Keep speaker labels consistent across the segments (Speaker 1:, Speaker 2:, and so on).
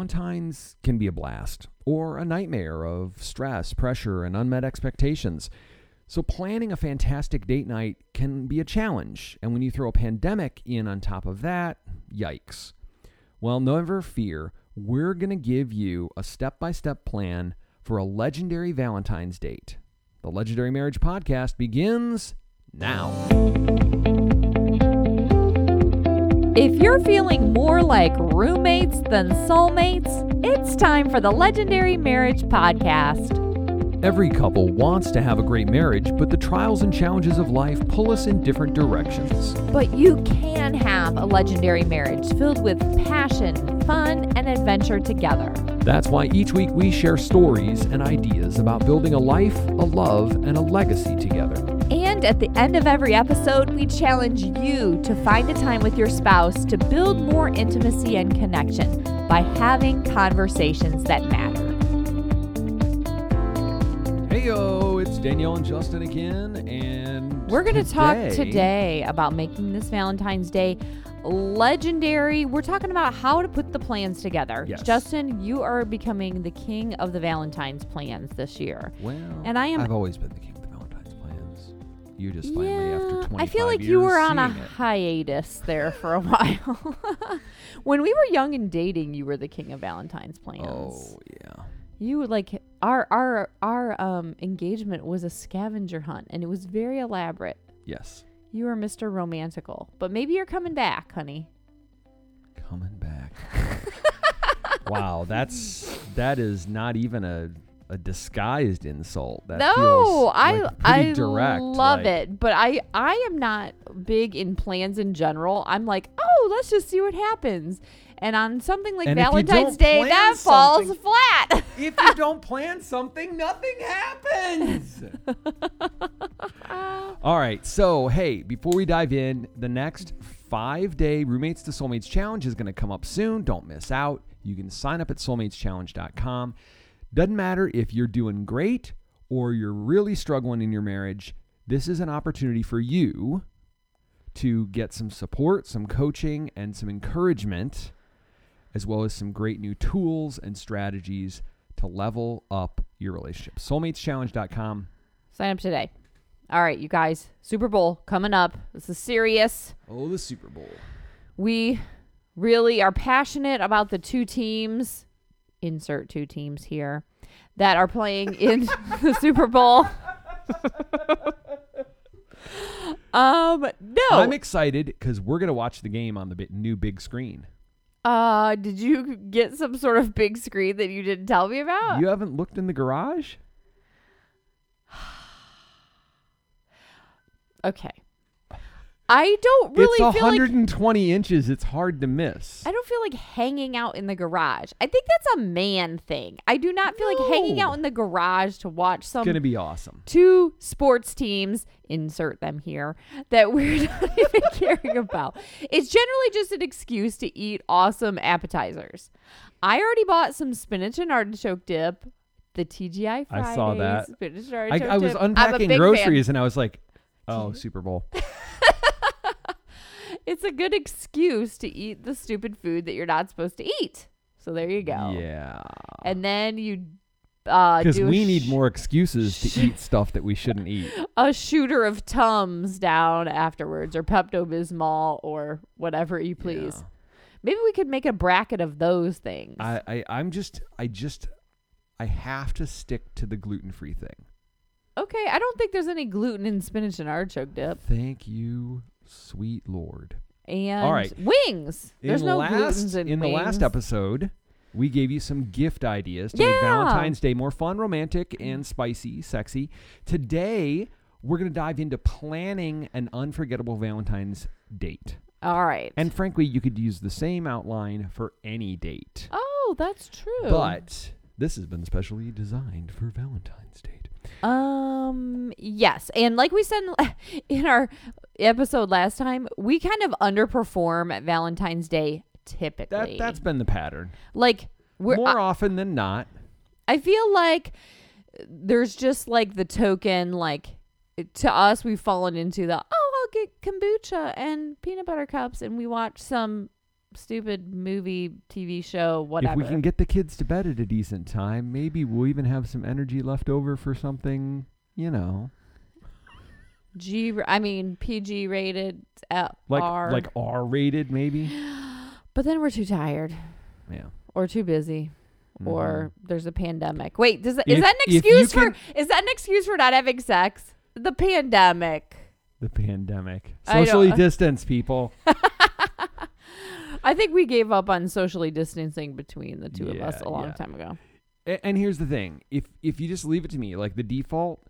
Speaker 1: Valentine's can be a blast or a nightmare of stress, pressure, and unmet expectations. So, planning a fantastic date night can be a challenge. And when you throw a pandemic in on top of that, yikes. Well, never fear, we're going to give you a step by step plan for a legendary Valentine's date. The Legendary Marriage Podcast begins now.
Speaker 2: If you're feeling more like roommates than soulmates, it's time for the Legendary Marriage Podcast.
Speaker 1: Every couple wants to have a great marriage, but the trials and challenges of life pull us in different directions.
Speaker 2: But you can have a legendary marriage filled with passion, fun, and adventure together.
Speaker 1: That's why each week we share stories and ideas about building a life, a love, and a legacy together.
Speaker 2: And at the end of every episode, we challenge you to find a time with your spouse to build more intimacy and connection by having conversations that matter.
Speaker 1: Hey yo, it's Danielle and Justin again, and
Speaker 2: We're going to talk today about making this Valentine's Day legendary. We're talking about how to put the plans together.
Speaker 1: Yes.
Speaker 2: Justin, you are becoming the king of the Valentine's plans this year.
Speaker 1: Well,
Speaker 2: And I am-
Speaker 1: I've always been the king of the Valentine's plans. You just finally, after 25
Speaker 2: I feel like
Speaker 1: years,
Speaker 2: you were on a
Speaker 1: seeing it.
Speaker 2: hiatus there for a while. when we were young and dating, you were the king of Valentine's plans.
Speaker 1: Oh yeah.
Speaker 2: You would like our our our um engagement was a scavenger hunt and it was very elaborate.
Speaker 1: Yes.
Speaker 2: You were Mr. Romantical, but maybe you're coming back, honey.
Speaker 1: Coming back. wow, that's that is not even a a disguised insult. That
Speaker 2: no,
Speaker 1: feels,
Speaker 2: I
Speaker 1: like, pretty
Speaker 2: I
Speaker 1: direct,
Speaker 2: love
Speaker 1: like,
Speaker 2: it, but I I am not big in plans in general. I'm like, oh, let's just see what happens. And on something like
Speaker 1: And if you
Speaker 2: Valentine's
Speaker 1: don't
Speaker 2: Day,
Speaker 1: plan
Speaker 2: that falls
Speaker 1: something-
Speaker 2: flat.
Speaker 1: If you don't plan something, nothing happens. All right. So, hey, before we dive in, the next five day Roommates to Soulmates Challenge is going to come up soon. Don't miss out. You can sign up at soulmateschallenge.com. Doesn't matter if you're doing great or you're really struggling in your marriage, this is an opportunity for you to get some support, some coaching, and some encouragement, as well as some great new tools and strategies to level up your relationship. Soulmateschallenge.com.
Speaker 2: Sign up today. All right, you guys. Super Bowl coming up. This is serious.
Speaker 1: Oh, the Super Bowl.
Speaker 2: we really are passionate about the two teams insert two teams here that are playing in the Super Bowl. um no.
Speaker 1: I'm excited because we're going to watch the game on the bi- new big screen.
Speaker 2: uh did you get some sort of big screen that you didn't tell me about?
Speaker 1: You haven't looked in the garage?
Speaker 2: okay. I don't really
Speaker 1: it's
Speaker 2: feel like
Speaker 1: 120 inches. It's hard to miss.
Speaker 2: I don't feel like hanging out in the garage. I think that's a man thing. I do not feel like hanging
Speaker 1: No.
Speaker 2: out in the garage to watch
Speaker 1: It's
Speaker 2: some
Speaker 1: going to be awesome.
Speaker 2: two sports teams, insert them here, that we're not even caring about. It's generally just an excuse to eat awesome appetizers. I already bought some spinach and artichoke dip, the TGI Fridays.
Speaker 1: I saw that.
Speaker 2: Spinach and
Speaker 1: I,
Speaker 2: artichoke
Speaker 1: I was
Speaker 2: dip. I'm a
Speaker 1: unpacking
Speaker 2: big fan.
Speaker 1: groceries and I was like, oh, Super Bowl.
Speaker 2: It's a good excuse to eat the stupid food that you're not supposed to eat. So there you go.
Speaker 1: Yeah.
Speaker 2: And then you. uh,
Speaker 1: Because
Speaker 2: do a
Speaker 1: we need
Speaker 2: sh-
Speaker 1: more excuses to eat stuff that we shouldn't eat.
Speaker 2: a shooter of tums down afterwards, or Pepto Bismol, or whatever you please.
Speaker 1: Yeah.
Speaker 2: Maybe we could make a bracket of those things.
Speaker 1: I, I, I'm just, I just, I have to stick to the gluten free thing.
Speaker 2: okay, I don't think there's any gluten in spinach and artichoke dip.
Speaker 1: Thank you, sweet Lord.
Speaker 2: And
Speaker 1: right.
Speaker 2: wings. There's
Speaker 1: in
Speaker 2: no
Speaker 1: last,
Speaker 2: gluten in,
Speaker 1: the last
Speaker 2: wings.
Speaker 1: episode, we gave you some gift ideas to
Speaker 2: Yeah.
Speaker 1: make Valentine's Day more fun, romantic, and spicy, sexy. Today, we're going to dive into planning an unforgettable Valentine's date.
Speaker 2: All right.
Speaker 1: And frankly, you could use the same outline for any date.
Speaker 2: oh, that's true.
Speaker 1: But this has been specially designed for Valentine's date.
Speaker 2: Um. Yes, and like we said in our episode last time, we kind of underperform at Valentine's Day
Speaker 1: That
Speaker 2: typically.
Speaker 1: that's been the pattern.
Speaker 2: like we're uh,
Speaker 1: More often than not,
Speaker 2: I feel like there's just like the token, like to us, we've fallen into the oh, I'll get kombucha and peanut butter cups, and we watch some stupid movie, TV show, whatever.
Speaker 1: If we can get the kids to bed at a decent time, maybe we'll even have some energy left over for something, you know,
Speaker 2: G, I mean PG rated, uh,
Speaker 1: like
Speaker 2: R.
Speaker 1: like R rated, maybe.
Speaker 2: but then we're too tired
Speaker 1: Yeah. Mm-hmm.
Speaker 2: or too busy. Or there's a pandemic. Wait, does that,
Speaker 1: If-
Speaker 2: is that an
Speaker 1: if you
Speaker 2: excuse for is that an excuse for not having sex? The pandemic.
Speaker 1: the pandemic,
Speaker 2: I don't-
Speaker 1: socially distance people.
Speaker 2: I think we gave up on socially distancing between the two of us
Speaker 1: Yeah,
Speaker 2: a long
Speaker 1: yeah.
Speaker 2: time ago.
Speaker 1: A- and here's the thing: if if you just leave it to me, like the default,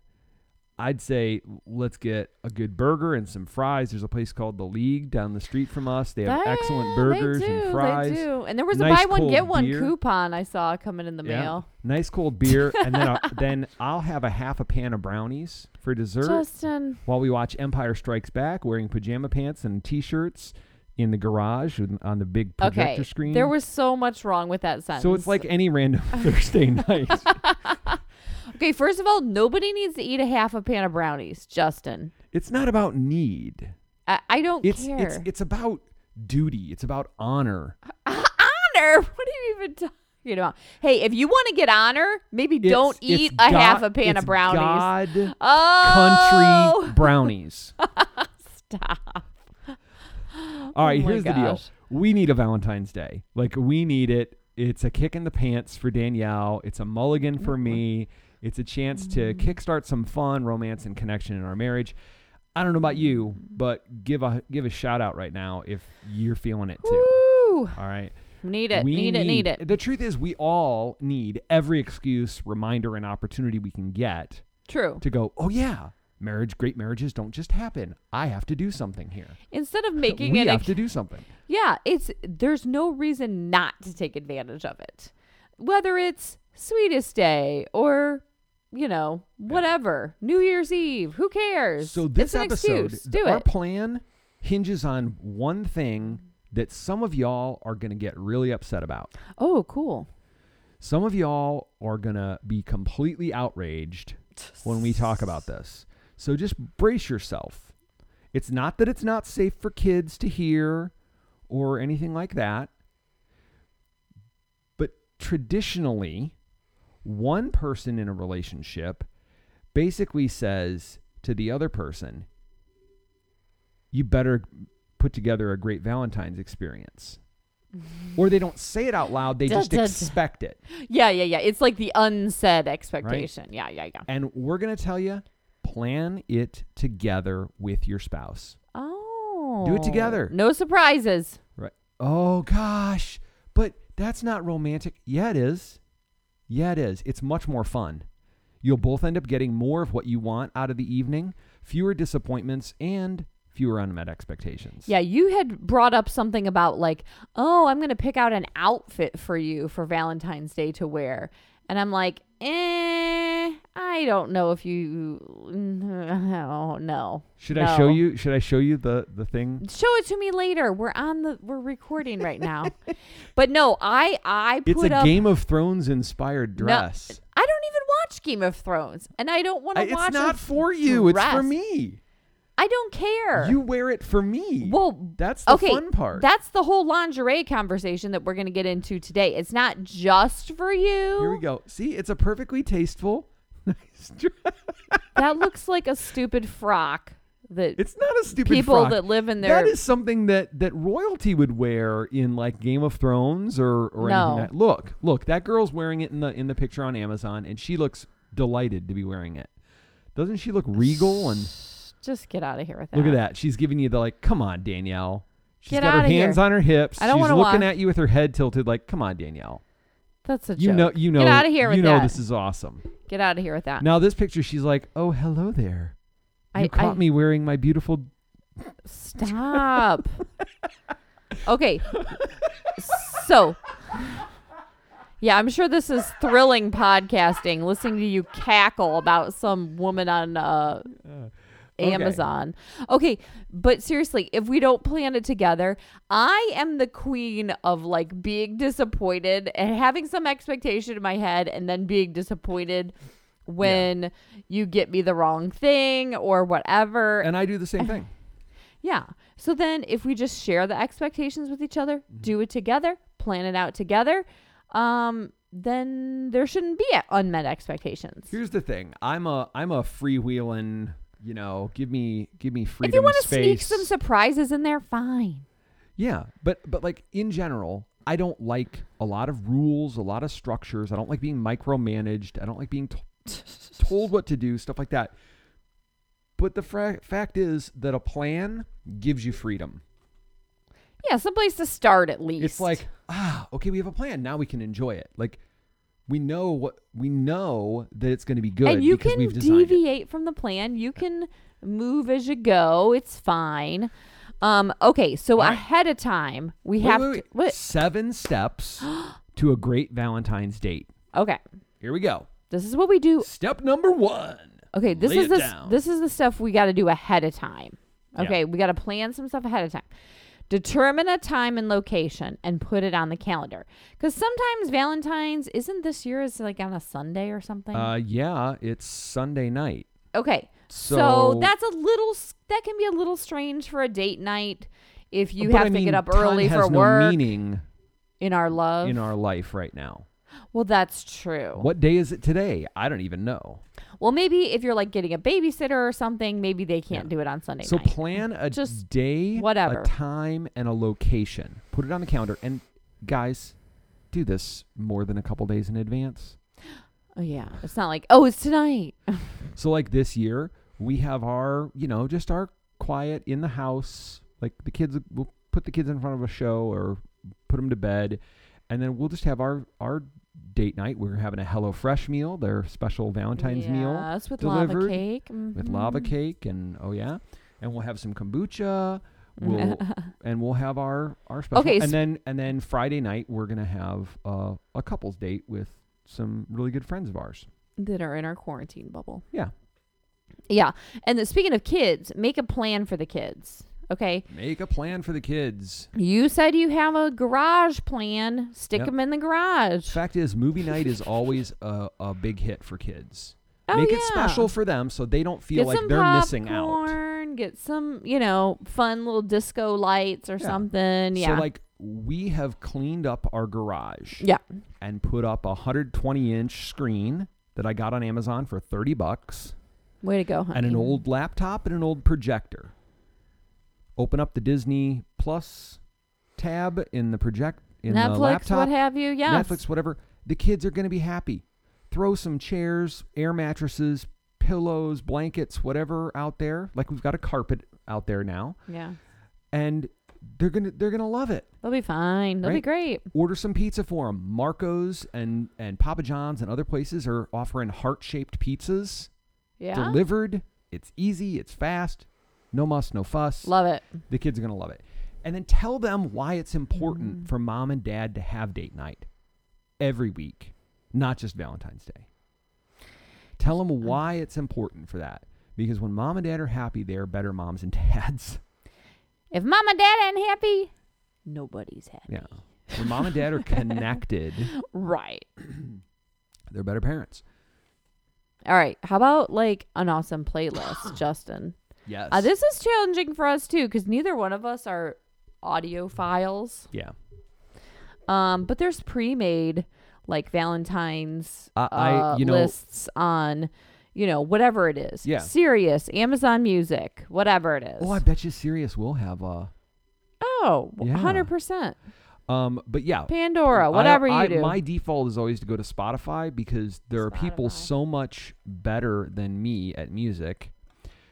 Speaker 1: I'd say let's get a good burger and some fries. There's a place called the League down the street from us. They have
Speaker 2: Ah,
Speaker 1: excellent
Speaker 2: yeah,
Speaker 1: burgers
Speaker 2: they do,
Speaker 1: and fries.
Speaker 2: They do. And there was
Speaker 1: Nice
Speaker 2: a buy one
Speaker 1: cold
Speaker 2: get one
Speaker 1: beer.
Speaker 2: coupon I saw coming in the
Speaker 1: Yeah.
Speaker 2: mail.
Speaker 1: Nice cold beer, and then I'll, then I'll have a half a pan of brownies for dessert
Speaker 2: Justin,
Speaker 1: while we watch Empire Strikes Back, wearing pajama pants and t-shirts in the garage with- on the big projector
Speaker 2: okay,
Speaker 1: screen.
Speaker 2: there was so much wrong with that sentence.
Speaker 1: so it's like any random Thursday night.
Speaker 2: okay, first of all, nobody needs to eat a half a pan of brownies, Justin.
Speaker 1: It's not about need.
Speaker 2: I, I don't
Speaker 1: It's
Speaker 2: care.
Speaker 1: it's it's about duty. It's about honor.
Speaker 2: honor. What are you even talking about? Hey, if you want to get honor, maybe
Speaker 1: It's-
Speaker 2: don't
Speaker 1: it's
Speaker 2: eat a half
Speaker 1: God-
Speaker 2: a pan
Speaker 1: it's
Speaker 2: of brownies.
Speaker 1: God
Speaker 2: oh,
Speaker 1: country brownies.
Speaker 2: Stop.
Speaker 1: All right,
Speaker 2: Oh my
Speaker 1: here's the deal.
Speaker 2: gosh.
Speaker 1: We need a Valentine's Day. Like we need it. It's a kick in the pants for Danielle. It's a mulligan for me. It's a chance
Speaker 2: Mm.
Speaker 1: to kickstart some fun, romance, and connection in our marriage. I don't know about you,
Speaker 2: Mm.
Speaker 1: but give a give a shout out right now if you're feeling it too.
Speaker 2: Woo.
Speaker 1: All right.
Speaker 2: Need it.
Speaker 1: We
Speaker 2: Need, it. Need it.
Speaker 1: The truth is, we all need every excuse, reminder, and opportunity we can get
Speaker 2: True.
Speaker 1: to go, oh, yeah, marriage, great marriages don't just happen. I have to do something here.
Speaker 2: Instead of making
Speaker 1: we
Speaker 2: it, a,
Speaker 1: have to do something.
Speaker 2: yeah, it's there's no reason not to take advantage of it, whether it's sweetest day or. You know, whatever. New Year's Eve. Who cares?
Speaker 1: So, this
Speaker 2: it's an
Speaker 1: episode,
Speaker 2: excuse.
Speaker 1: th-
Speaker 2: Do
Speaker 1: our
Speaker 2: it.
Speaker 1: plan hinges on one thing that some of y'all are going to get really upset about.
Speaker 2: oh, cool.
Speaker 1: Some of y'all are going to be completely outraged when we talk about this. So just brace yourself. It's not that it's not safe for kids to hear or anything like that. But traditionally, one person in a relationship basically says to the other person, you better put together a great Valentine's experience. or they don't say it out loud, they
Speaker 2: Duh,
Speaker 1: just
Speaker 2: duh, duh.
Speaker 1: expect it.
Speaker 2: Yeah, yeah, yeah. It's like the unsaid expectation. Yeah, yeah, yeah.
Speaker 1: And we're going to tell you plan it together with your spouse.
Speaker 2: Oh.
Speaker 1: together.
Speaker 2: No surprises.
Speaker 1: Right. Oh gosh. But that's not romantic. Yeah, it is. Yeah, it is. It's much more fun. You'll both end up getting more of what you want out of the evening, fewer disappointments and fewer unmet expectations.
Speaker 2: Yeah, you had brought up something about like, "Oh, I'm going to pick out an outfit for you for Valentine's Day to wear." And I'm like, "Eh, I don't know if you no, no.
Speaker 1: Should I show
Speaker 2: No.
Speaker 1: you should I show you the the thing?
Speaker 2: Show it to me later. We're on the we're recording right now." but no, I I
Speaker 1: It's
Speaker 2: put
Speaker 1: a
Speaker 2: up
Speaker 1: Game of Thrones inspired
Speaker 2: No,
Speaker 1: dress.
Speaker 2: I don't even watch Game of Thrones, and I don't want
Speaker 1: I-
Speaker 2: to watch.
Speaker 1: it's
Speaker 2: a
Speaker 1: not for you, it's for
Speaker 2: dress.
Speaker 1: me.
Speaker 2: I don't care.
Speaker 1: You wear it for me.
Speaker 2: Well,
Speaker 1: that's the
Speaker 2: okay,
Speaker 1: fun part.
Speaker 2: That's the whole lingerie conversation that we're going to get into today. It's not just for
Speaker 1: Here we
Speaker 2: you.
Speaker 1: go. See, it's a perfectly tasteful nice dress.
Speaker 2: that looks like a stupid frock that
Speaker 1: It's not a stupid
Speaker 2: people
Speaker 1: frock.
Speaker 2: that live in their
Speaker 1: that is something that that royalty would wear in like Game of Thrones or or
Speaker 2: No.
Speaker 1: anything. That, look, look, that girl's wearing it in the in the picture on Amazon, and she looks delighted to be wearing it. Doesn't she look regal? And
Speaker 2: just get out of here with that.
Speaker 1: look at that, she's giving you the like, come on, Danielle. She's
Speaker 2: Get
Speaker 1: got her
Speaker 2: outta here.
Speaker 1: hands on her hips.
Speaker 2: I don't
Speaker 1: she's
Speaker 2: wanna
Speaker 1: looking
Speaker 2: wa-
Speaker 1: at you with her head tilted, like, come on, Danielle.
Speaker 2: That's a joke.
Speaker 1: You know, you know,
Speaker 2: Get out of here with
Speaker 1: you know,
Speaker 2: that.
Speaker 1: this is awesome.
Speaker 2: Get out of here with that.
Speaker 1: Now this picture, she's like, oh, hello there. You
Speaker 2: I,
Speaker 1: caught
Speaker 2: I
Speaker 1: me wearing my beautiful
Speaker 2: stop. okay, so. Yeah, I'm sure this is thrilling podcasting. Listening to you cackle about some woman on uh,
Speaker 1: okay.
Speaker 2: Amazon. Okay, but seriously, if we don't plan it together, I am the queen of like being disappointed and having some expectation in my head and then being disappointed when you get me the wrong thing or whatever.
Speaker 1: and I do the same thing.
Speaker 2: yeah. So then, if we just share the expectations with each other,
Speaker 1: Mm-hmm.
Speaker 2: do it together, plan it out together, um, then there shouldn't be a- unmet expectations.
Speaker 1: Here's the thing. I'm a I'm a freewheeling. You know, give me give me freedom.
Speaker 2: if you want to
Speaker 1: space.
Speaker 2: sneak some surprises in there, fine.
Speaker 1: Yeah, but but like in general, I don't like a lot of rules, a lot of structures. I don't like being micromanaged. I don't like being t- told what to do, stuff like that. But the fra- fact is that a plan gives you freedom.
Speaker 2: Yeah, someplace to start at least.
Speaker 1: It's like, ah, okay, we have a plan. Now we can enjoy it. Like we know what we know that it's going to be good
Speaker 2: and you
Speaker 1: because
Speaker 2: can
Speaker 1: we've designed it.
Speaker 2: deviate from the plan. You can move as you go. It's fine. Um, okay, so
Speaker 1: All right.
Speaker 2: ahead of time, we
Speaker 1: Wait,
Speaker 2: have
Speaker 1: wait, wait.
Speaker 2: to. What?
Speaker 1: Seven steps to a great Valentine's date.
Speaker 2: Okay,
Speaker 1: Here we go.
Speaker 2: this is what we do.
Speaker 1: Step number 1.
Speaker 2: Okay, this
Speaker 1: Lay
Speaker 2: is
Speaker 1: it
Speaker 2: the s-
Speaker 1: down.
Speaker 2: this is the stuff we got to do ahead of time.
Speaker 1: Yeah.
Speaker 2: Okay, we got to plan some stuff ahead of time. Determine a time and location and put it on the calendar. Because sometimes Valentine's isn't this year. It's like on a Sunday or something.
Speaker 1: Uh, yeah, it's Sunday night.
Speaker 2: Okay. So,
Speaker 1: So-
Speaker 2: that's a little s- that can be a little strange for a date night if you
Speaker 1: But
Speaker 2: have
Speaker 1: I
Speaker 2: to
Speaker 1: mean,
Speaker 2: get up
Speaker 1: time
Speaker 2: early
Speaker 1: has
Speaker 2: for
Speaker 1: no
Speaker 2: work
Speaker 1: Meaning
Speaker 2: in our love.
Speaker 1: in our life right now.
Speaker 2: well, that's true.
Speaker 1: What day is it today? I don't even know.
Speaker 2: Well, maybe if you're like getting a babysitter or something, maybe they can't do it on Sunday
Speaker 1: So
Speaker 2: night.
Speaker 1: plan a
Speaker 2: Just
Speaker 1: day,
Speaker 2: whatever.
Speaker 1: a time, and a location. Put it on the calendar. And guys, do this more than a couple days in advance.
Speaker 2: oh yeah, it's not like oh, it's tonight.
Speaker 1: So like this year, we have our, you know, just our quiet in the house. Like the kids, we'll put the kids in front of a show or put them to bed, and then we'll just have our our date night. We're having a Hello Fresh meal, their special Valentine's meal
Speaker 2: Yes, with lava
Speaker 1: delivered
Speaker 2: cake.
Speaker 1: with lava
Speaker 2: mhm.
Speaker 1: cake and oh yeah, and we'll have some kombucha. We'll and we'll have our our special.
Speaker 2: Okay,
Speaker 1: and
Speaker 2: so-
Speaker 1: then and then Friday night we're gonna have uh, a couples date with some really good friends of ours.
Speaker 2: that are in our quarantine bubble.
Speaker 1: Yeah.
Speaker 2: Yeah, and then speaking of kids, make a plan for the kids. Okay.
Speaker 1: Make a plan for the kids.
Speaker 2: You said you have a garage plan. Stick
Speaker 1: Yep.
Speaker 2: them in the garage.
Speaker 1: Fact is, movie night is always a, a big hit for kids.
Speaker 2: Oh,
Speaker 1: Make
Speaker 2: yeah.
Speaker 1: it special for them so they don't feel
Speaker 2: Get
Speaker 1: like
Speaker 2: some
Speaker 1: they're
Speaker 2: popcorn,
Speaker 1: missing out.
Speaker 2: Get some, you know, fun little disco lights or
Speaker 1: Yeah.
Speaker 2: something. Yeah.
Speaker 1: So, like, we have cleaned up our garage
Speaker 2: yeah.
Speaker 1: and put up a 120 inch screen that I got on Amazon for 30 bucks
Speaker 2: Way to go, honey.
Speaker 1: and an old laptop and an old projector. Open up the Disney Plus tab in the project in
Speaker 2: Netflix,
Speaker 1: the laptop.
Speaker 2: what have you? Yes.
Speaker 1: Netflix, whatever. The kids are going to be happy. Throw some chairs, air mattresses, pillows, blankets, whatever out there. Like we've got a carpet out there now,
Speaker 2: Yeah.
Speaker 1: and they're gonna they're gonna love it.
Speaker 2: They'll be fine. They'll be
Speaker 1: Right?
Speaker 2: great.
Speaker 1: Order some pizza for them. Marcos and and Papa John's and other places are offering heart shaped pizzas
Speaker 2: Yeah.
Speaker 1: delivered. It's easy. It's fast. No muss, no fuss.
Speaker 2: Love it.
Speaker 1: The kids are gonna love it. And then tell them why it's
Speaker 2: Mm-hmm.
Speaker 1: important for mom and dad to have date night every week, not just Valentine's Day. Tell them why it's important for that. Because when mom and dad are happy, they are better moms and dads.
Speaker 2: If mom and dad ain't happy, nobody's happy.
Speaker 1: Yeah. When mom and dad are connected,
Speaker 2: Right.
Speaker 1: they're better parents.
Speaker 2: All right. How about like an awesome playlist, Justin?
Speaker 1: Yes.
Speaker 2: Uh, this is challenging for us too because neither one of us are audio files.
Speaker 1: yeah.
Speaker 2: Um, but there's pre-made like Valentine's
Speaker 1: I- I-
Speaker 2: uh,
Speaker 1: you know-
Speaker 2: lists on, you know, whatever it is.
Speaker 1: Yeah.
Speaker 2: Sirius, Amazon Music, whatever it is.
Speaker 1: Oh, I bet you Sirius will have uh
Speaker 2: Oh,
Speaker 1: Yeah.
Speaker 2: 100%.
Speaker 1: um but yeah.
Speaker 2: Pandora,
Speaker 1: I-
Speaker 2: whatever you
Speaker 1: I-
Speaker 2: do.
Speaker 1: My default is always to go to Spotify because there are people
Speaker 2: Spotify.
Speaker 1: so much better than me at music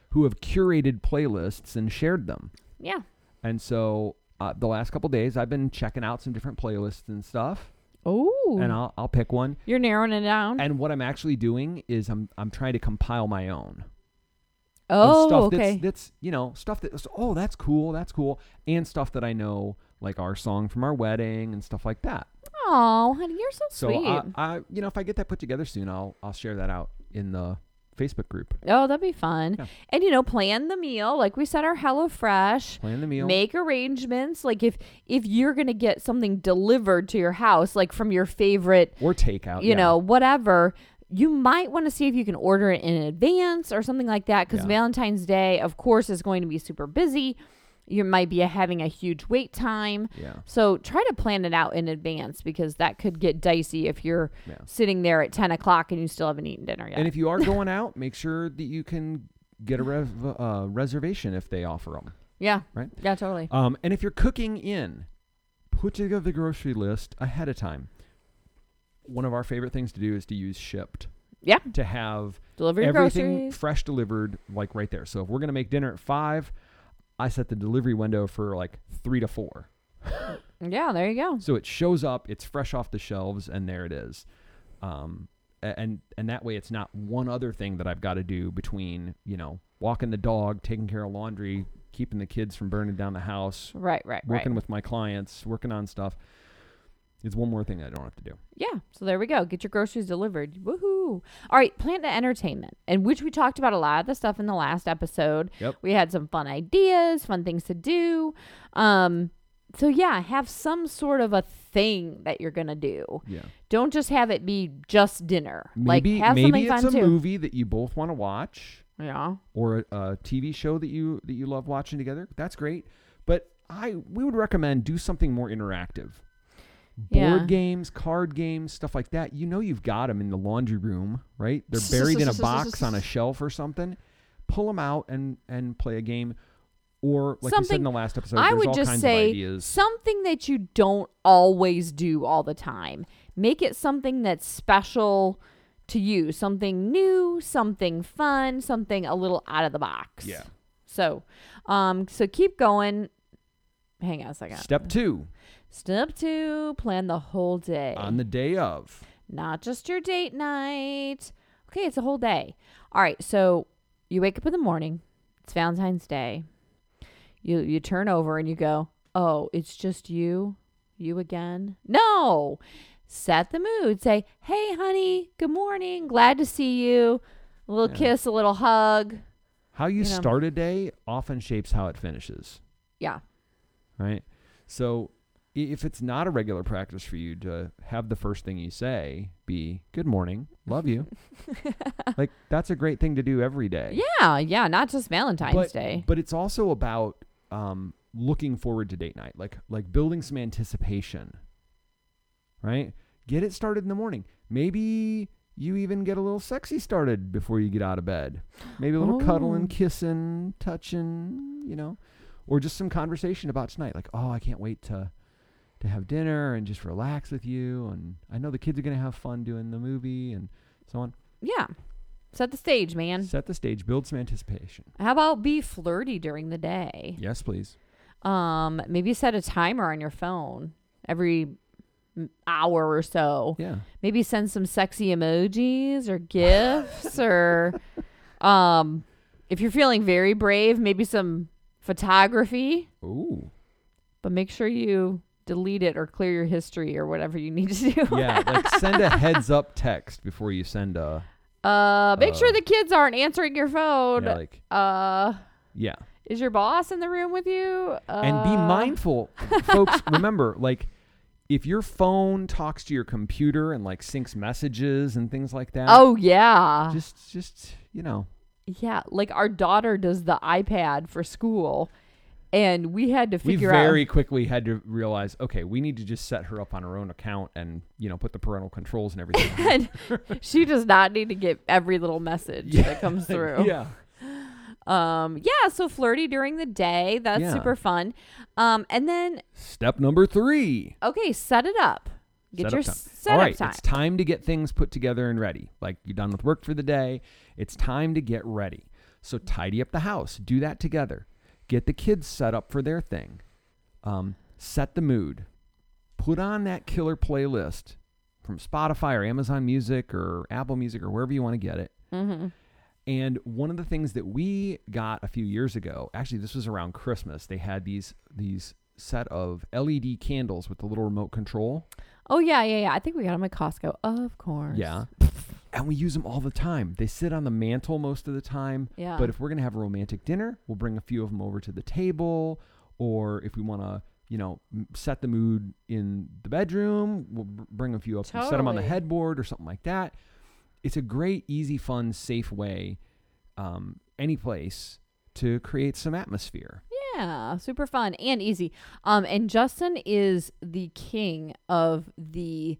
Speaker 1: who have curated playlists and shared them.
Speaker 2: yeah.
Speaker 1: And so uh, the last couple days, I've been checking out some different playlists and stuff,
Speaker 2: Oh.
Speaker 1: and I'll, I'll pick one.
Speaker 2: You're narrowing it down.
Speaker 1: And what I'm actually doing is I'm I'm trying to compile my own. of
Speaker 2: oh,
Speaker 1: stuff
Speaker 2: okay.
Speaker 1: That's, that's you know stuff that's oh that's cool that's cool and stuff that I know like our song from our wedding and stuff like that.
Speaker 2: oh, honey, you're so,
Speaker 1: So
Speaker 2: sweet.
Speaker 1: I, I, you know, if I get that put together soon, I'll I'll share that out in the Facebook group.
Speaker 2: oh, that'd be fun.
Speaker 1: Yeah.
Speaker 2: And you know, plan the meal. Like we said our Hello Fresh.
Speaker 1: Plan the meal.
Speaker 2: make arrangements like if if you're gonna get something delivered to your house like from your favorite
Speaker 1: or takeout.
Speaker 2: you
Speaker 1: Oh, yeah.
Speaker 2: know whatever you might want to see if you can order it in advance or something like that because
Speaker 1: Yeah.
Speaker 2: valentine's day of course is going to be super busy you might be having a huge wait time.
Speaker 1: Yeah.
Speaker 2: So try to plan it out in advance because that could get dicey if you're
Speaker 1: Yeah.
Speaker 2: sitting there at 10 o'clock and you still haven't eaten dinner yet.
Speaker 1: And if you are going out, make sure that you can get a rev- uh, reservation if they offer them.
Speaker 2: yeah.
Speaker 1: Right.
Speaker 2: Yeah, totally.
Speaker 1: Um, and if you're cooking in, put together the grocery list ahead of time. One of our favorite things to do is to use shipped
Speaker 2: yeah.
Speaker 1: to have
Speaker 2: Deliver your
Speaker 1: everything
Speaker 2: groceries.
Speaker 1: fresh delivered like right there. So if we're gonna make dinner at five, I set the delivery window for like three to four.
Speaker 2: yeah, there you go.
Speaker 1: So it shows up, it's fresh off the shelves, and there it is. Um, a- and and that way, it's not one other thing that I've got to do between you know walking the dog, taking care of laundry, keeping the kids from burning down the house,
Speaker 2: Right, right, right.
Speaker 1: working with my clients, working on stuff. It's one more thing I don't have to do.
Speaker 2: Yeah. So there we go. Get your groceries delivered. Woohoo. All right. Plan to entertainment, and which we talked about a lot of the stuff in the last episode.
Speaker 1: Yep.
Speaker 2: We had some fun ideas, fun things to do. Um, so yeah, have some sort of a thing that you're gonna do.
Speaker 1: Yeah,
Speaker 2: Don't just have it be just dinner.
Speaker 1: maybe
Speaker 2: like have
Speaker 1: maybe
Speaker 2: something
Speaker 1: it's
Speaker 2: fun
Speaker 1: a
Speaker 2: too.
Speaker 1: movie that you both want to watch,
Speaker 2: Yeah.
Speaker 1: or a, a TV show that you that you love watching together. That's great, but I we would recommend do something more interactive. board
Speaker 2: Yeah.
Speaker 1: games, card games, stuff like that. You know you've got them in the laundry room, right? They're buried in a box on a shelf or something. Pull them out and and play a game, or like we said in
Speaker 2: Something-
Speaker 1: the last episode,
Speaker 2: I
Speaker 1: there's
Speaker 2: would
Speaker 1: all
Speaker 2: just
Speaker 1: kinds of
Speaker 2: say
Speaker 1: ideas.
Speaker 2: something that you don't always do all the time. Make it something that's special to you, something new, something fun, something a little out of the box.
Speaker 1: Yeah.
Speaker 2: So, um, so keep going. Hang on a second.
Speaker 1: Step two
Speaker 2: Step two: plan the whole day,
Speaker 1: on the day of.
Speaker 2: not just your date night. Okay, it's a whole day. All right. So you wake up in the morning. It's Valentine's Day. You you turn over and you go, "Oh, it's just you, you again." No. Set the mood. Say, "Hey, honey, good morning. Glad to see you." A little
Speaker 1: Yeah.
Speaker 2: kiss, a little hug.
Speaker 1: How you,
Speaker 2: You know.
Speaker 1: start a day often shapes how it finishes,
Speaker 2: Yeah.
Speaker 1: right? So i- if it's not a regular practice for you to have the first thing you say be "Good morning, love you," like that's a great thing to do every day.
Speaker 2: Yeah, yeah, not just Valentine's
Speaker 1: but,
Speaker 2: Day.
Speaker 1: But it's also about um, looking forward to date night, like like building some anticipation. Right? Get it started in the morning. Maybe you even get a little sexy started before you get out of bed. Maybe a little cuddling,
Speaker 2: Oh.
Speaker 1: kissing, touching, you know, or just some conversation about tonight. Like, oh, I can't wait to to have dinner and just relax with you. And I know the kids are gonna have fun doing the movie and so on.
Speaker 2: yeah. Set the stage, man.
Speaker 1: Set the stage, build some anticipation.
Speaker 2: How about be flirty during the day?
Speaker 1: Yes, please.
Speaker 2: Um, maybe set a timer on your phone every m- hour or so.
Speaker 1: Yeah.
Speaker 2: Maybe send some sexy emojis or gifts or um if you're feeling very brave, maybe some photography,
Speaker 1: Ooh.
Speaker 2: but make sure you delete it or clear your history or whatever you need to do.
Speaker 1: yeah, like send a heads up text before you send a
Speaker 2: Uh make
Speaker 1: Uh,
Speaker 2: sure the kids aren't answering your
Speaker 1: yeah,
Speaker 2: phone.
Speaker 1: like
Speaker 2: uh
Speaker 1: yeah.
Speaker 2: is your boss in the room with you? Uh,
Speaker 1: And be mindful, folks, remember like if your phone talks to your computer and like syncs messages and things like that,
Speaker 2: Oh yeah.
Speaker 1: just just, you know,
Speaker 2: Yeah, like our daughter does the iPad for school, and we had to
Speaker 1: we
Speaker 2: figure
Speaker 1: very
Speaker 2: out.
Speaker 1: quickly had to realize, okay, we need to just set her up on her own account and, you know, put the parental controls and everything.
Speaker 2: And she does not need to get every little message
Speaker 1: Yeah,
Speaker 2: that comes through.
Speaker 1: yeah.
Speaker 2: Um, yeah, so flirty during the day. That's
Speaker 1: Yeah.
Speaker 2: super fun. Um, and then
Speaker 1: Step number 3.
Speaker 2: okay, set it up. Get
Speaker 1: Setup
Speaker 2: your
Speaker 1: time.
Speaker 2: setup
Speaker 1: All right,
Speaker 2: time.
Speaker 1: it's time to get things put together and ready. Like you're done with work for the day, it's time to get ready. So tidy up the house. Do that together. Get the kids set up for their thing. Um, set the mood. Put on that killer playlist from Spotify or Amazon Music or Apple Music or wherever you want to get it.
Speaker 2: hmm
Speaker 1: And one of the things that we got a few years ago, actually this was around Christmas, they had these these set of LED candles with the little remote control.
Speaker 2: Oh yeah, yeah, yeah. I think we got them at Costco, of course.
Speaker 1: Yeah. And we use them all the time. They sit on the mantle most of the time.
Speaker 2: yeah.
Speaker 1: But if we're going to have a romantic dinner, we'll bring a few of them over to the table. Or if we want to, you know, m- set the mood in the bedroom, we'll br- bring a few up and set them on the
Speaker 2: Totally.
Speaker 1: headboard or something like that. It's a great, easy, fun, safe way, um, any place to create some atmosphere.
Speaker 2: Yeah, super fun and easy. Um, and Justin is the king of the,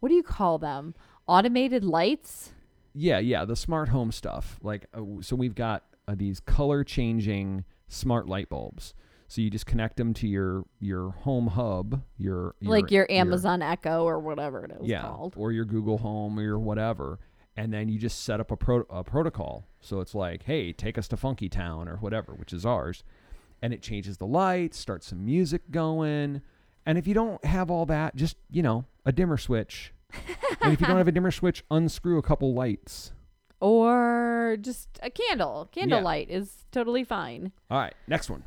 Speaker 2: what do you call them? Automated lights.
Speaker 1: Yeah, yeah, the smart home stuff. Like, uh, w- so we've got uh, these color changing smart light bulbs. So you just connect them to your your home hub, your,
Speaker 2: like your Amazon Echo or whatever it was called.
Speaker 1: or your Google Home or your whatever, and then you just set up a, pro- a protocol. So it's like, hey, take us to Funky Town or whatever, which is ours, and it changes the lights, starts some music going, and if you don't have all that, just you know, a dimmer switch. and if you don't have a dimmer switch, unscrew a couple lights.
Speaker 2: Or just a candle. Candle
Speaker 1: Yeah.
Speaker 2: light is totally fine.
Speaker 1: All right, next one.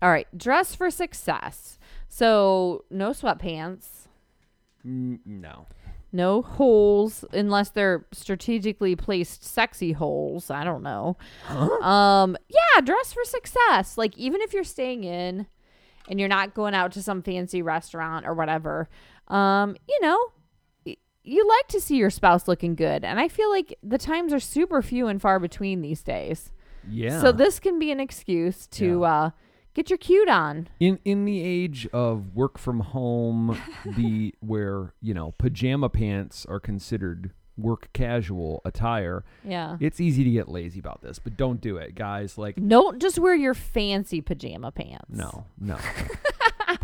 Speaker 2: All right, dress for success. So no sweatpants,
Speaker 1: Mm, no.
Speaker 2: no holes unless they're strategically placed sexy holes. I don't know. Um, yeah, dress for success. Like even if you're staying in and you're not going out to some fancy restaurant or whatever, um, you know, y- you like to see your spouse looking good, and I feel like the times are super few and far between these days.
Speaker 1: Yeah.
Speaker 2: So this can be an excuse to uh, get your cute on.
Speaker 1: in in the age of work from home, the where you know pajama pants are considered work casual attire,
Speaker 2: Yeah.
Speaker 1: it's easy to get lazy about this. But don't do it, guys. Like,
Speaker 2: Don't just wear your fancy pajama pants.
Speaker 1: no, no.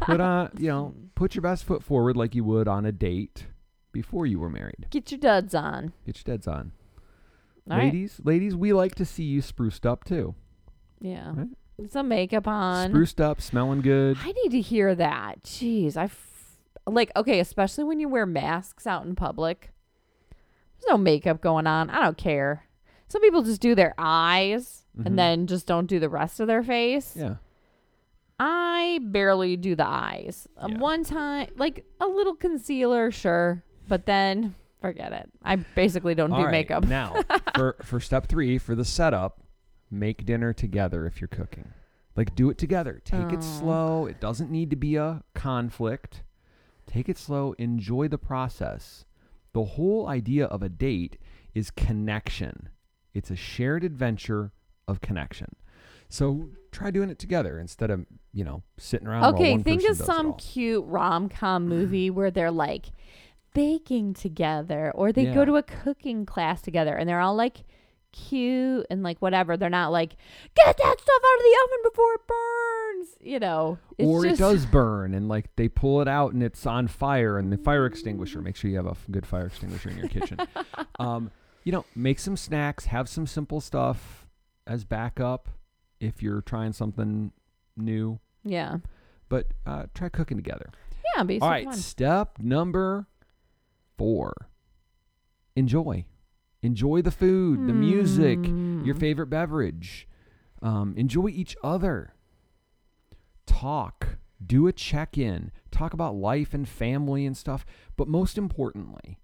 Speaker 1: put on, you know, put your best foot forward like you would on a date before you were married.
Speaker 2: Get your duds on.
Speaker 1: Get your deads on,
Speaker 2: All right.
Speaker 1: ladies. Ladies, we like to see you spruced up too.
Speaker 2: Yeah.
Speaker 1: Right.
Speaker 2: Get Some makeup on.
Speaker 1: Spruced up, smelling good.
Speaker 2: I need to hear that. Jeez, I f- like okay, especially when you wear masks out in public. There's no makeup going on. I don't care. Some people just do their eyes
Speaker 1: Mhm.
Speaker 2: and then just don't do the rest of their face.
Speaker 1: Yeah.
Speaker 2: I barely do the eyes. Um,
Speaker 1: Yeah.
Speaker 2: One time, like a little concealer, sure, but then forget it. I basically don't
Speaker 1: All
Speaker 2: do
Speaker 1: right,
Speaker 2: makeup.
Speaker 1: now, for for step three, for the setup, make dinner together if you're cooking. Like do it together. Take
Speaker 2: Oh.
Speaker 1: it slow. It doesn't need to be a conflict. Take it slow. Enjoy the process. The whole idea of a date is connection. It's a shared adventure of connection. So try doing it together instead of you know sitting around. while
Speaker 2: Okay,
Speaker 1: one
Speaker 2: think
Speaker 1: person
Speaker 2: of
Speaker 1: does it
Speaker 2: some
Speaker 1: all.
Speaker 2: cute rom com movie where they're like baking together or they
Speaker 1: Yeah.
Speaker 2: go to a cooking class together and they're all like cute and like whatever. They're not like, get that stuff out of the oven before it burns, you know. It's
Speaker 1: or
Speaker 2: just,
Speaker 1: it does burn and like they pull it out and it's on fire and the fire extinguisher make sure you have a f- good fire extinguisher in your kitchen um, you know make some snacks have some simple stuff as backup if you're trying something new
Speaker 2: Yeah.
Speaker 1: but uh, try cooking together
Speaker 2: Yeah, be
Speaker 1: all
Speaker 2: super
Speaker 1: right
Speaker 2: fun.
Speaker 1: step number four enjoy enjoy the food the music your
Speaker 2: Mm.
Speaker 1: favorite beverage. Um, enjoy each other. Talk. Do a check in. Talk about life and family and stuff. But most importantly,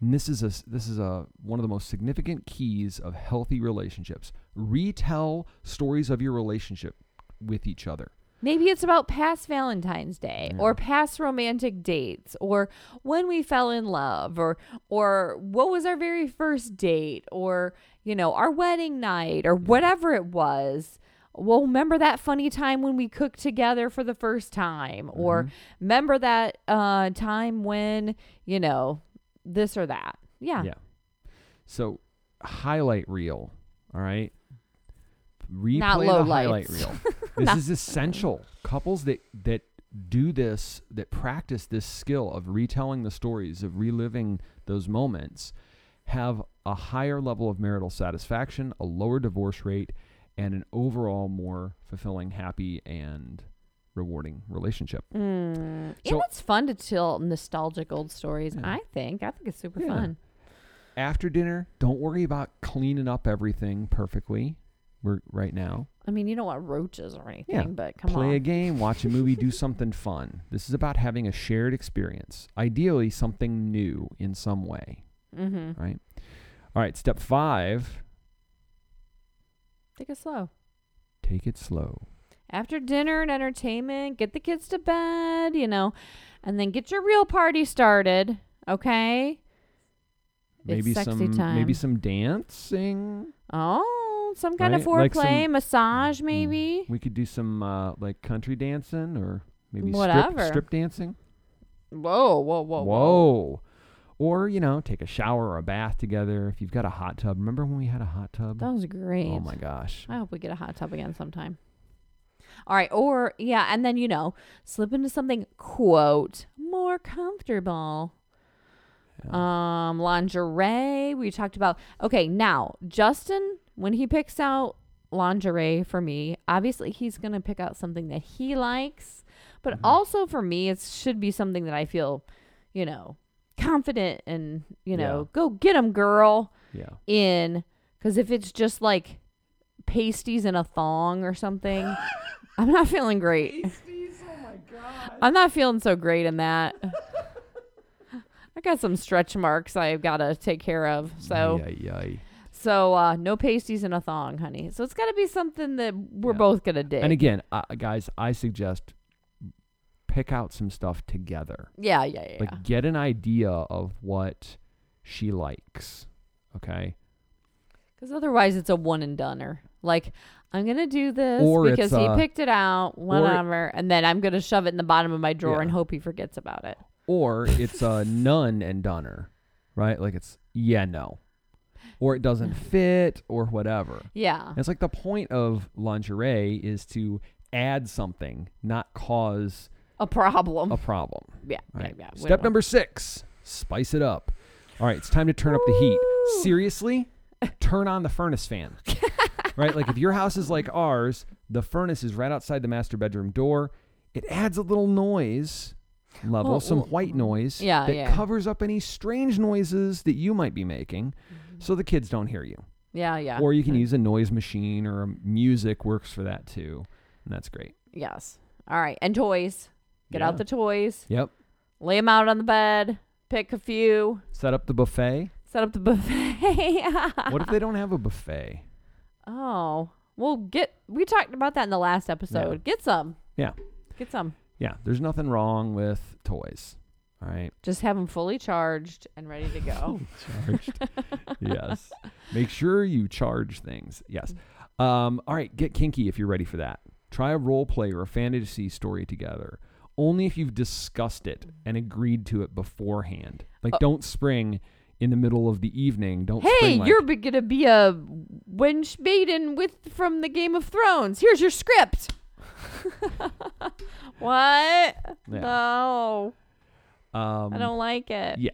Speaker 1: and this is a this is a one of the most significant keys of healthy relationships. Retell stories of your relationship with each other.
Speaker 2: Maybe it's about past Valentine's Day
Speaker 1: Yeah.
Speaker 2: or past romantic dates or when we fell in love or or what was our very first date or you know our wedding night or whatever it was. Well, remember that funny time when we cooked together for the first time or
Speaker 1: Mm-hmm.
Speaker 2: remember that uh time when, you know, this or that. Yeah.
Speaker 1: Yeah. So highlight reel, all right? Replay
Speaker 2: low
Speaker 1: the highlight
Speaker 2: lights.
Speaker 1: reel. This is essential. Couples that that do this, that practice this skill of retelling the stories, of reliving those moments, have a higher level of marital satisfaction, a lower divorce rate, and an overall more fulfilling, happy, and rewarding relationship.
Speaker 2: Mm.
Speaker 1: So-
Speaker 2: and it's fun to tell nostalgic old stories,
Speaker 1: Yeah.
Speaker 2: I think. I think it's super
Speaker 1: Yeah.
Speaker 2: fun.
Speaker 1: After dinner, don't worry about cleaning up everything perfectly. We're right now.
Speaker 2: I mean, you don't want roaches or anything, but come
Speaker 1: play
Speaker 2: on.
Speaker 1: a game, watch a movie, do something fun. This is about having a shared experience, ideally something new in some way,
Speaker 2: mm-hmm.
Speaker 1: right? All right, step 5,
Speaker 2: Take it slow.
Speaker 1: take it slow.
Speaker 2: After dinner and entertainment, get the kids to bed, you know, and then get your real party started, okay? It's
Speaker 1: Maybe
Speaker 2: sexy
Speaker 1: some
Speaker 2: time.
Speaker 1: maybe some dancing.
Speaker 2: Oh, some kind of
Speaker 1: Right? Like
Speaker 2: foreplay,
Speaker 1: some- Mm,
Speaker 2: massage, maybe.
Speaker 1: We could do some uh, like country dancing or maybe strip,
Speaker 2: Whatever.
Speaker 1: strip dancing.
Speaker 2: Whoa, whoa, whoa,
Speaker 1: Whoa. Or, you know, take a shower or a bath together if you've got a hot tub. Remember when we had a hot tub?
Speaker 2: That was great.
Speaker 1: Oh my gosh.
Speaker 2: I hope we get a hot tub again sometime. All right, or yeah, and then you know, slip into something quote more comfortable. Um, lingerie. We talked about okay. Now Justin, when he picks out lingerie for me, obviously he's gonna pick out something that he likes, but
Speaker 1: Mm-hmm.
Speaker 2: also for me, it should be something that I feel, you know, confident and you know,
Speaker 1: Yeah.
Speaker 2: go get him, girl
Speaker 1: Yeah.
Speaker 2: in because if it's just like pasties in a thong or something, I'm not feeling great. I'm not feeling so great in that. I got some stretch marks I've got to take care of. So,
Speaker 1: Yay, yay.
Speaker 2: so uh, no pasties in a thong, honey. So it's got to be something that we're
Speaker 1: Yeah.
Speaker 2: both gonna dig.
Speaker 1: And again, uh, guys, I suggest pick out some stuff together.
Speaker 2: yeah, yeah, yeah. yeah.
Speaker 1: Like get an idea of what she likes. Okay?
Speaker 2: Because otherwise, it's a one and doneer. Like, I'm gonna do this
Speaker 1: Or it's
Speaker 2: because he
Speaker 1: a-
Speaker 2: picked it out, whatever, and then I'm gonna shove it in the bottom of my drawer
Speaker 1: Yeah.
Speaker 2: and hope he forgets about it.
Speaker 1: Or it's a none and doneer, right? Like it's yeah, no. Or it doesn't fit or whatever.
Speaker 2: Yeah.
Speaker 1: And It's like the point of lingerie is to add something, not cause
Speaker 2: a problem.
Speaker 1: a problem.
Speaker 2: yeah,
Speaker 1: All
Speaker 2: yeah,
Speaker 1: right.
Speaker 2: yeah. We
Speaker 1: Step
Speaker 2: don't want-
Speaker 1: number six spice it up. All right, it's time to turn up the heat.
Speaker 2: Woo!
Speaker 1: Seriously, turn on the furnace fan. right? Like if your house is like ours, the furnace is right outside the master bedroom door. It adds a little noise level,
Speaker 2: Well,
Speaker 1: some
Speaker 2: well,
Speaker 1: white noise
Speaker 2: Oh, yeah,
Speaker 1: that
Speaker 2: yeah.
Speaker 1: covers up any strange noises that you might be making so the kids don't hear you.
Speaker 2: Yeah, Mm-hmm. yeah.
Speaker 1: Or you can use a noise machine or music works for that too. And that's great.
Speaker 2: Yes. All right. And toys. Get
Speaker 1: Yeah.
Speaker 2: out the toys.
Speaker 1: Yep.
Speaker 2: Lay them out on the bed. Pick a few.
Speaker 1: Set up the buffet.
Speaker 2: Set up the buffet.
Speaker 1: What if they don't have a buffet?
Speaker 2: oh, well, get. We talked about that in the last episode. Get some.
Speaker 1: Yeah.
Speaker 2: Get some.
Speaker 1: Yeah, there's nothing wrong with toys. All right.
Speaker 2: Just have them fully charged and ready to go.
Speaker 1: Charged. yes. Make sure you charge things. Yes. Um, all right, get kinky if you're ready for that. Try a role play or a fantasy story together. Only if you've discussed it and agreed to it beforehand. Like,
Speaker 2: Uh,
Speaker 1: don't spring in the middle of the evening. Don't
Speaker 2: hey,
Speaker 1: spring. like-
Speaker 2: you're be- gonna be a wench maiden with from the Game of Thrones. Here's your script. what? Oh.
Speaker 1: Yeah.
Speaker 2: No.
Speaker 1: Um,
Speaker 2: I don't like it.
Speaker 1: yeah.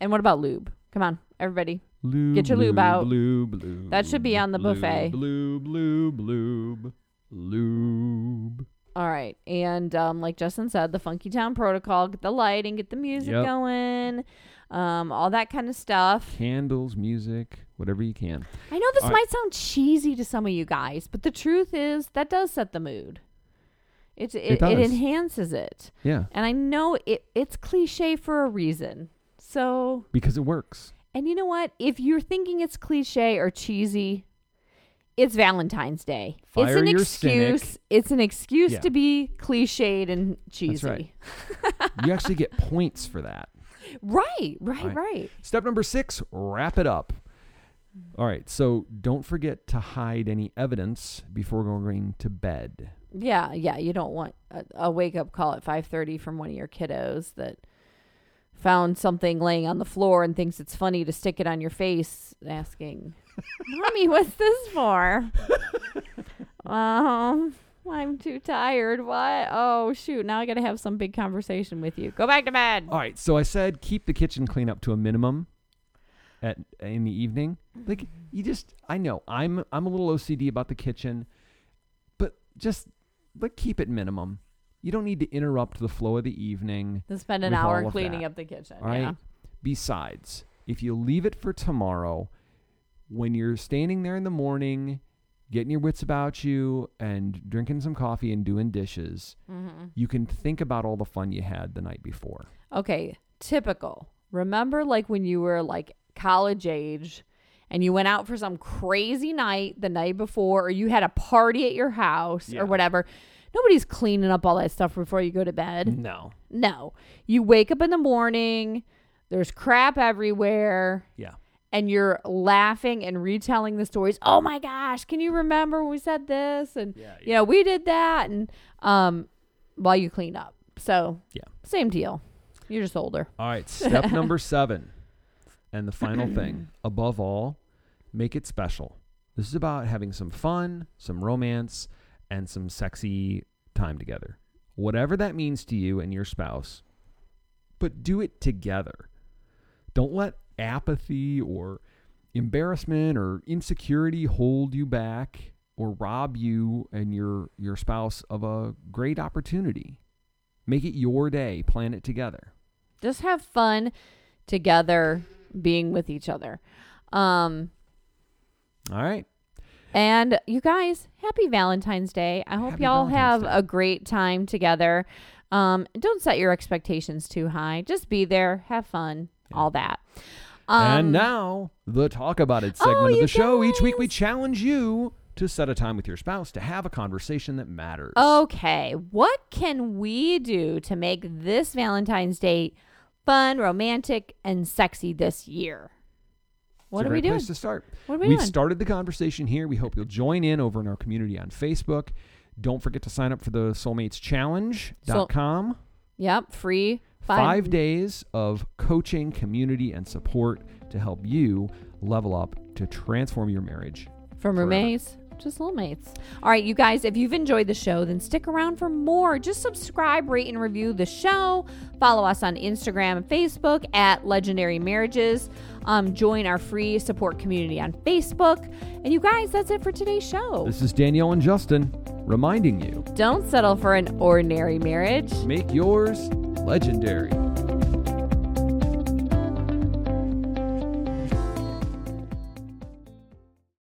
Speaker 2: And what about lube? Come on, everybody.
Speaker 1: Lube,
Speaker 2: Get your lube out.
Speaker 1: Lube, lube.
Speaker 2: That should be on the
Speaker 1: lube,
Speaker 2: buffet.
Speaker 1: Lube, lube, lube, lube.
Speaker 2: All right. And um, like Justin said, the Funky Town protocol, get the lighting, get the music
Speaker 1: Yep.
Speaker 2: going, um, all that kind of stuff.
Speaker 1: Candles, music, whatever you can.
Speaker 2: I know this
Speaker 1: All right.
Speaker 2: might sound cheesy to some of you guys, but the truth is that does set the mood. It's, it, it,
Speaker 1: does.
Speaker 2: enhances it.
Speaker 1: Yeah,
Speaker 2: And I know it, it's cliche for a reason. So
Speaker 1: because it works.
Speaker 2: And you know what? If you're thinking it's cliche or cheesy, it's Valentine's Day.
Speaker 1: Fire
Speaker 2: it's an
Speaker 1: your
Speaker 2: excuse. It's an excuse
Speaker 1: Yeah.
Speaker 2: to be cliched and cheesy.
Speaker 1: right. You actually get points for that.
Speaker 2: right, right,
Speaker 1: Right.
Speaker 2: right.
Speaker 1: Step number six wrap it up. All right, so don't forget to hide any evidence before going to bed.
Speaker 2: Yeah, yeah. You don't want a, a wake up call at five thirty from one of your kiddos that found something laying on the floor and thinks it's funny to stick it on your face, asking, "Mommy, what's this for?" um, I'm too tired. What? Oh shoot! Now I gotta have some big conversation with you. Go back to bed.
Speaker 1: All right, so I said keep the kitchen clean up to a minimum at in the evening. Like you just I know I'm I'm a little OCD about the kitchen, but just like keep it minimum. You don't need to interrupt the flow of the evening.
Speaker 2: Then spend an
Speaker 1: with all
Speaker 2: hour
Speaker 1: of
Speaker 2: cleaning
Speaker 1: that.
Speaker 2: up the kitchen.
Speaker 1: All right.
Speaker 2: Yeah.
Speaker 1: Besides, if you leave it for tomorrow, when you're standing there in the morning, getting your wits about you and drinking some coffee and doing dishes,
Speaker 2: Mm-hmm.
Speaker 1: you can think about all the fun you had the night before.
Speaker 2: Okay, typical. Remember, like when you were like college age and you went out for some crazy night the night before, or you had a party at your house
Speaker 1: Yeah.
Speaker 2: or whatever. Nobody's cleaning up all that stuff before you go to bed.
Speaker 1: No.
Speaker 2: No. You wake up in the morning, there's crap everywhere,
Speaker 1: Yeah.
Speaker 2: and you're laughing and retelling the stories. Oh my gosh, can you remember when we said this? And
Speaker 1: Yeah,
Speaker 2: yeah, we did that. And um, while you clean up, so
Speaker 1: Yeah.
Speaker 2: same deal. You're just older.
Speaker 1: All right, step number seven, and the final thing. Above all, make it special. This is about having some fun, some romance, and some sexy time together. Whatever that means to you and your spouse, but do it together. Don't let apathy or embarrassment or insecurity hold you back or rob you and your your spouse of a great opportunity. Make it your day, plan it together.
Speaker 2: just have fun together being with each other um
Speaker 1: All right.
Speaker 2: and you guys happy valentine's day i hope
Speaker 1: Happy
Speaker 2: y'all have
Speaker 1: Valentine's Day.
Speaker 2: a great time together um don't set your expectations too high just be there have fun all that
Speaker 1: and now, the Talk About It segment
Speaker 2: Um, Oh,
Speaker 1: of the
Speaker 2: you
Speaker 1: show. Each week,
Speaker 2: guys.
Speaker 1: we challenge you to set a time with your spouse to have a conversation that matters.
Speaker 2: Okay, what can we do to make this Valentine's Day fun, romantic, and sexy this year?
Speaker 1: It's
Speaker 2: What
Speaker 1: a
Speaker 2: are we
Speaker 1: great
Speaker 2: doing?
Speaker 1: Place to start.
Speaker 2: What are we
Speaker 1: We've
Speaker 2: doing?
Speaker 1: started the conversation here. We hope you'll join in over in our community on Facebook. Don't forget to sign up for the soulmateschallenge.com.
Speaker 2: yep, free
Speaker 1: five days of coaching, community, and support to help you level up to transform your marriage.
Speaker 2: From
Speaker 1: Forever.
Speaker 2: roommates to soulmates. All right, you guys, if you've enjoyed the show, then stick around for more. Just subscribe, rate, and review the show. Follow us on Instagram and Facebook at Legendary Marriages. Um, join our free support community on Facebook. And you guys, that's it for today's show.
Speaker 1: This is Danielle and Justin reminding you
Speaker 2: Don't settle for an ordinary marriage.
Speaker 1: make yours legendary.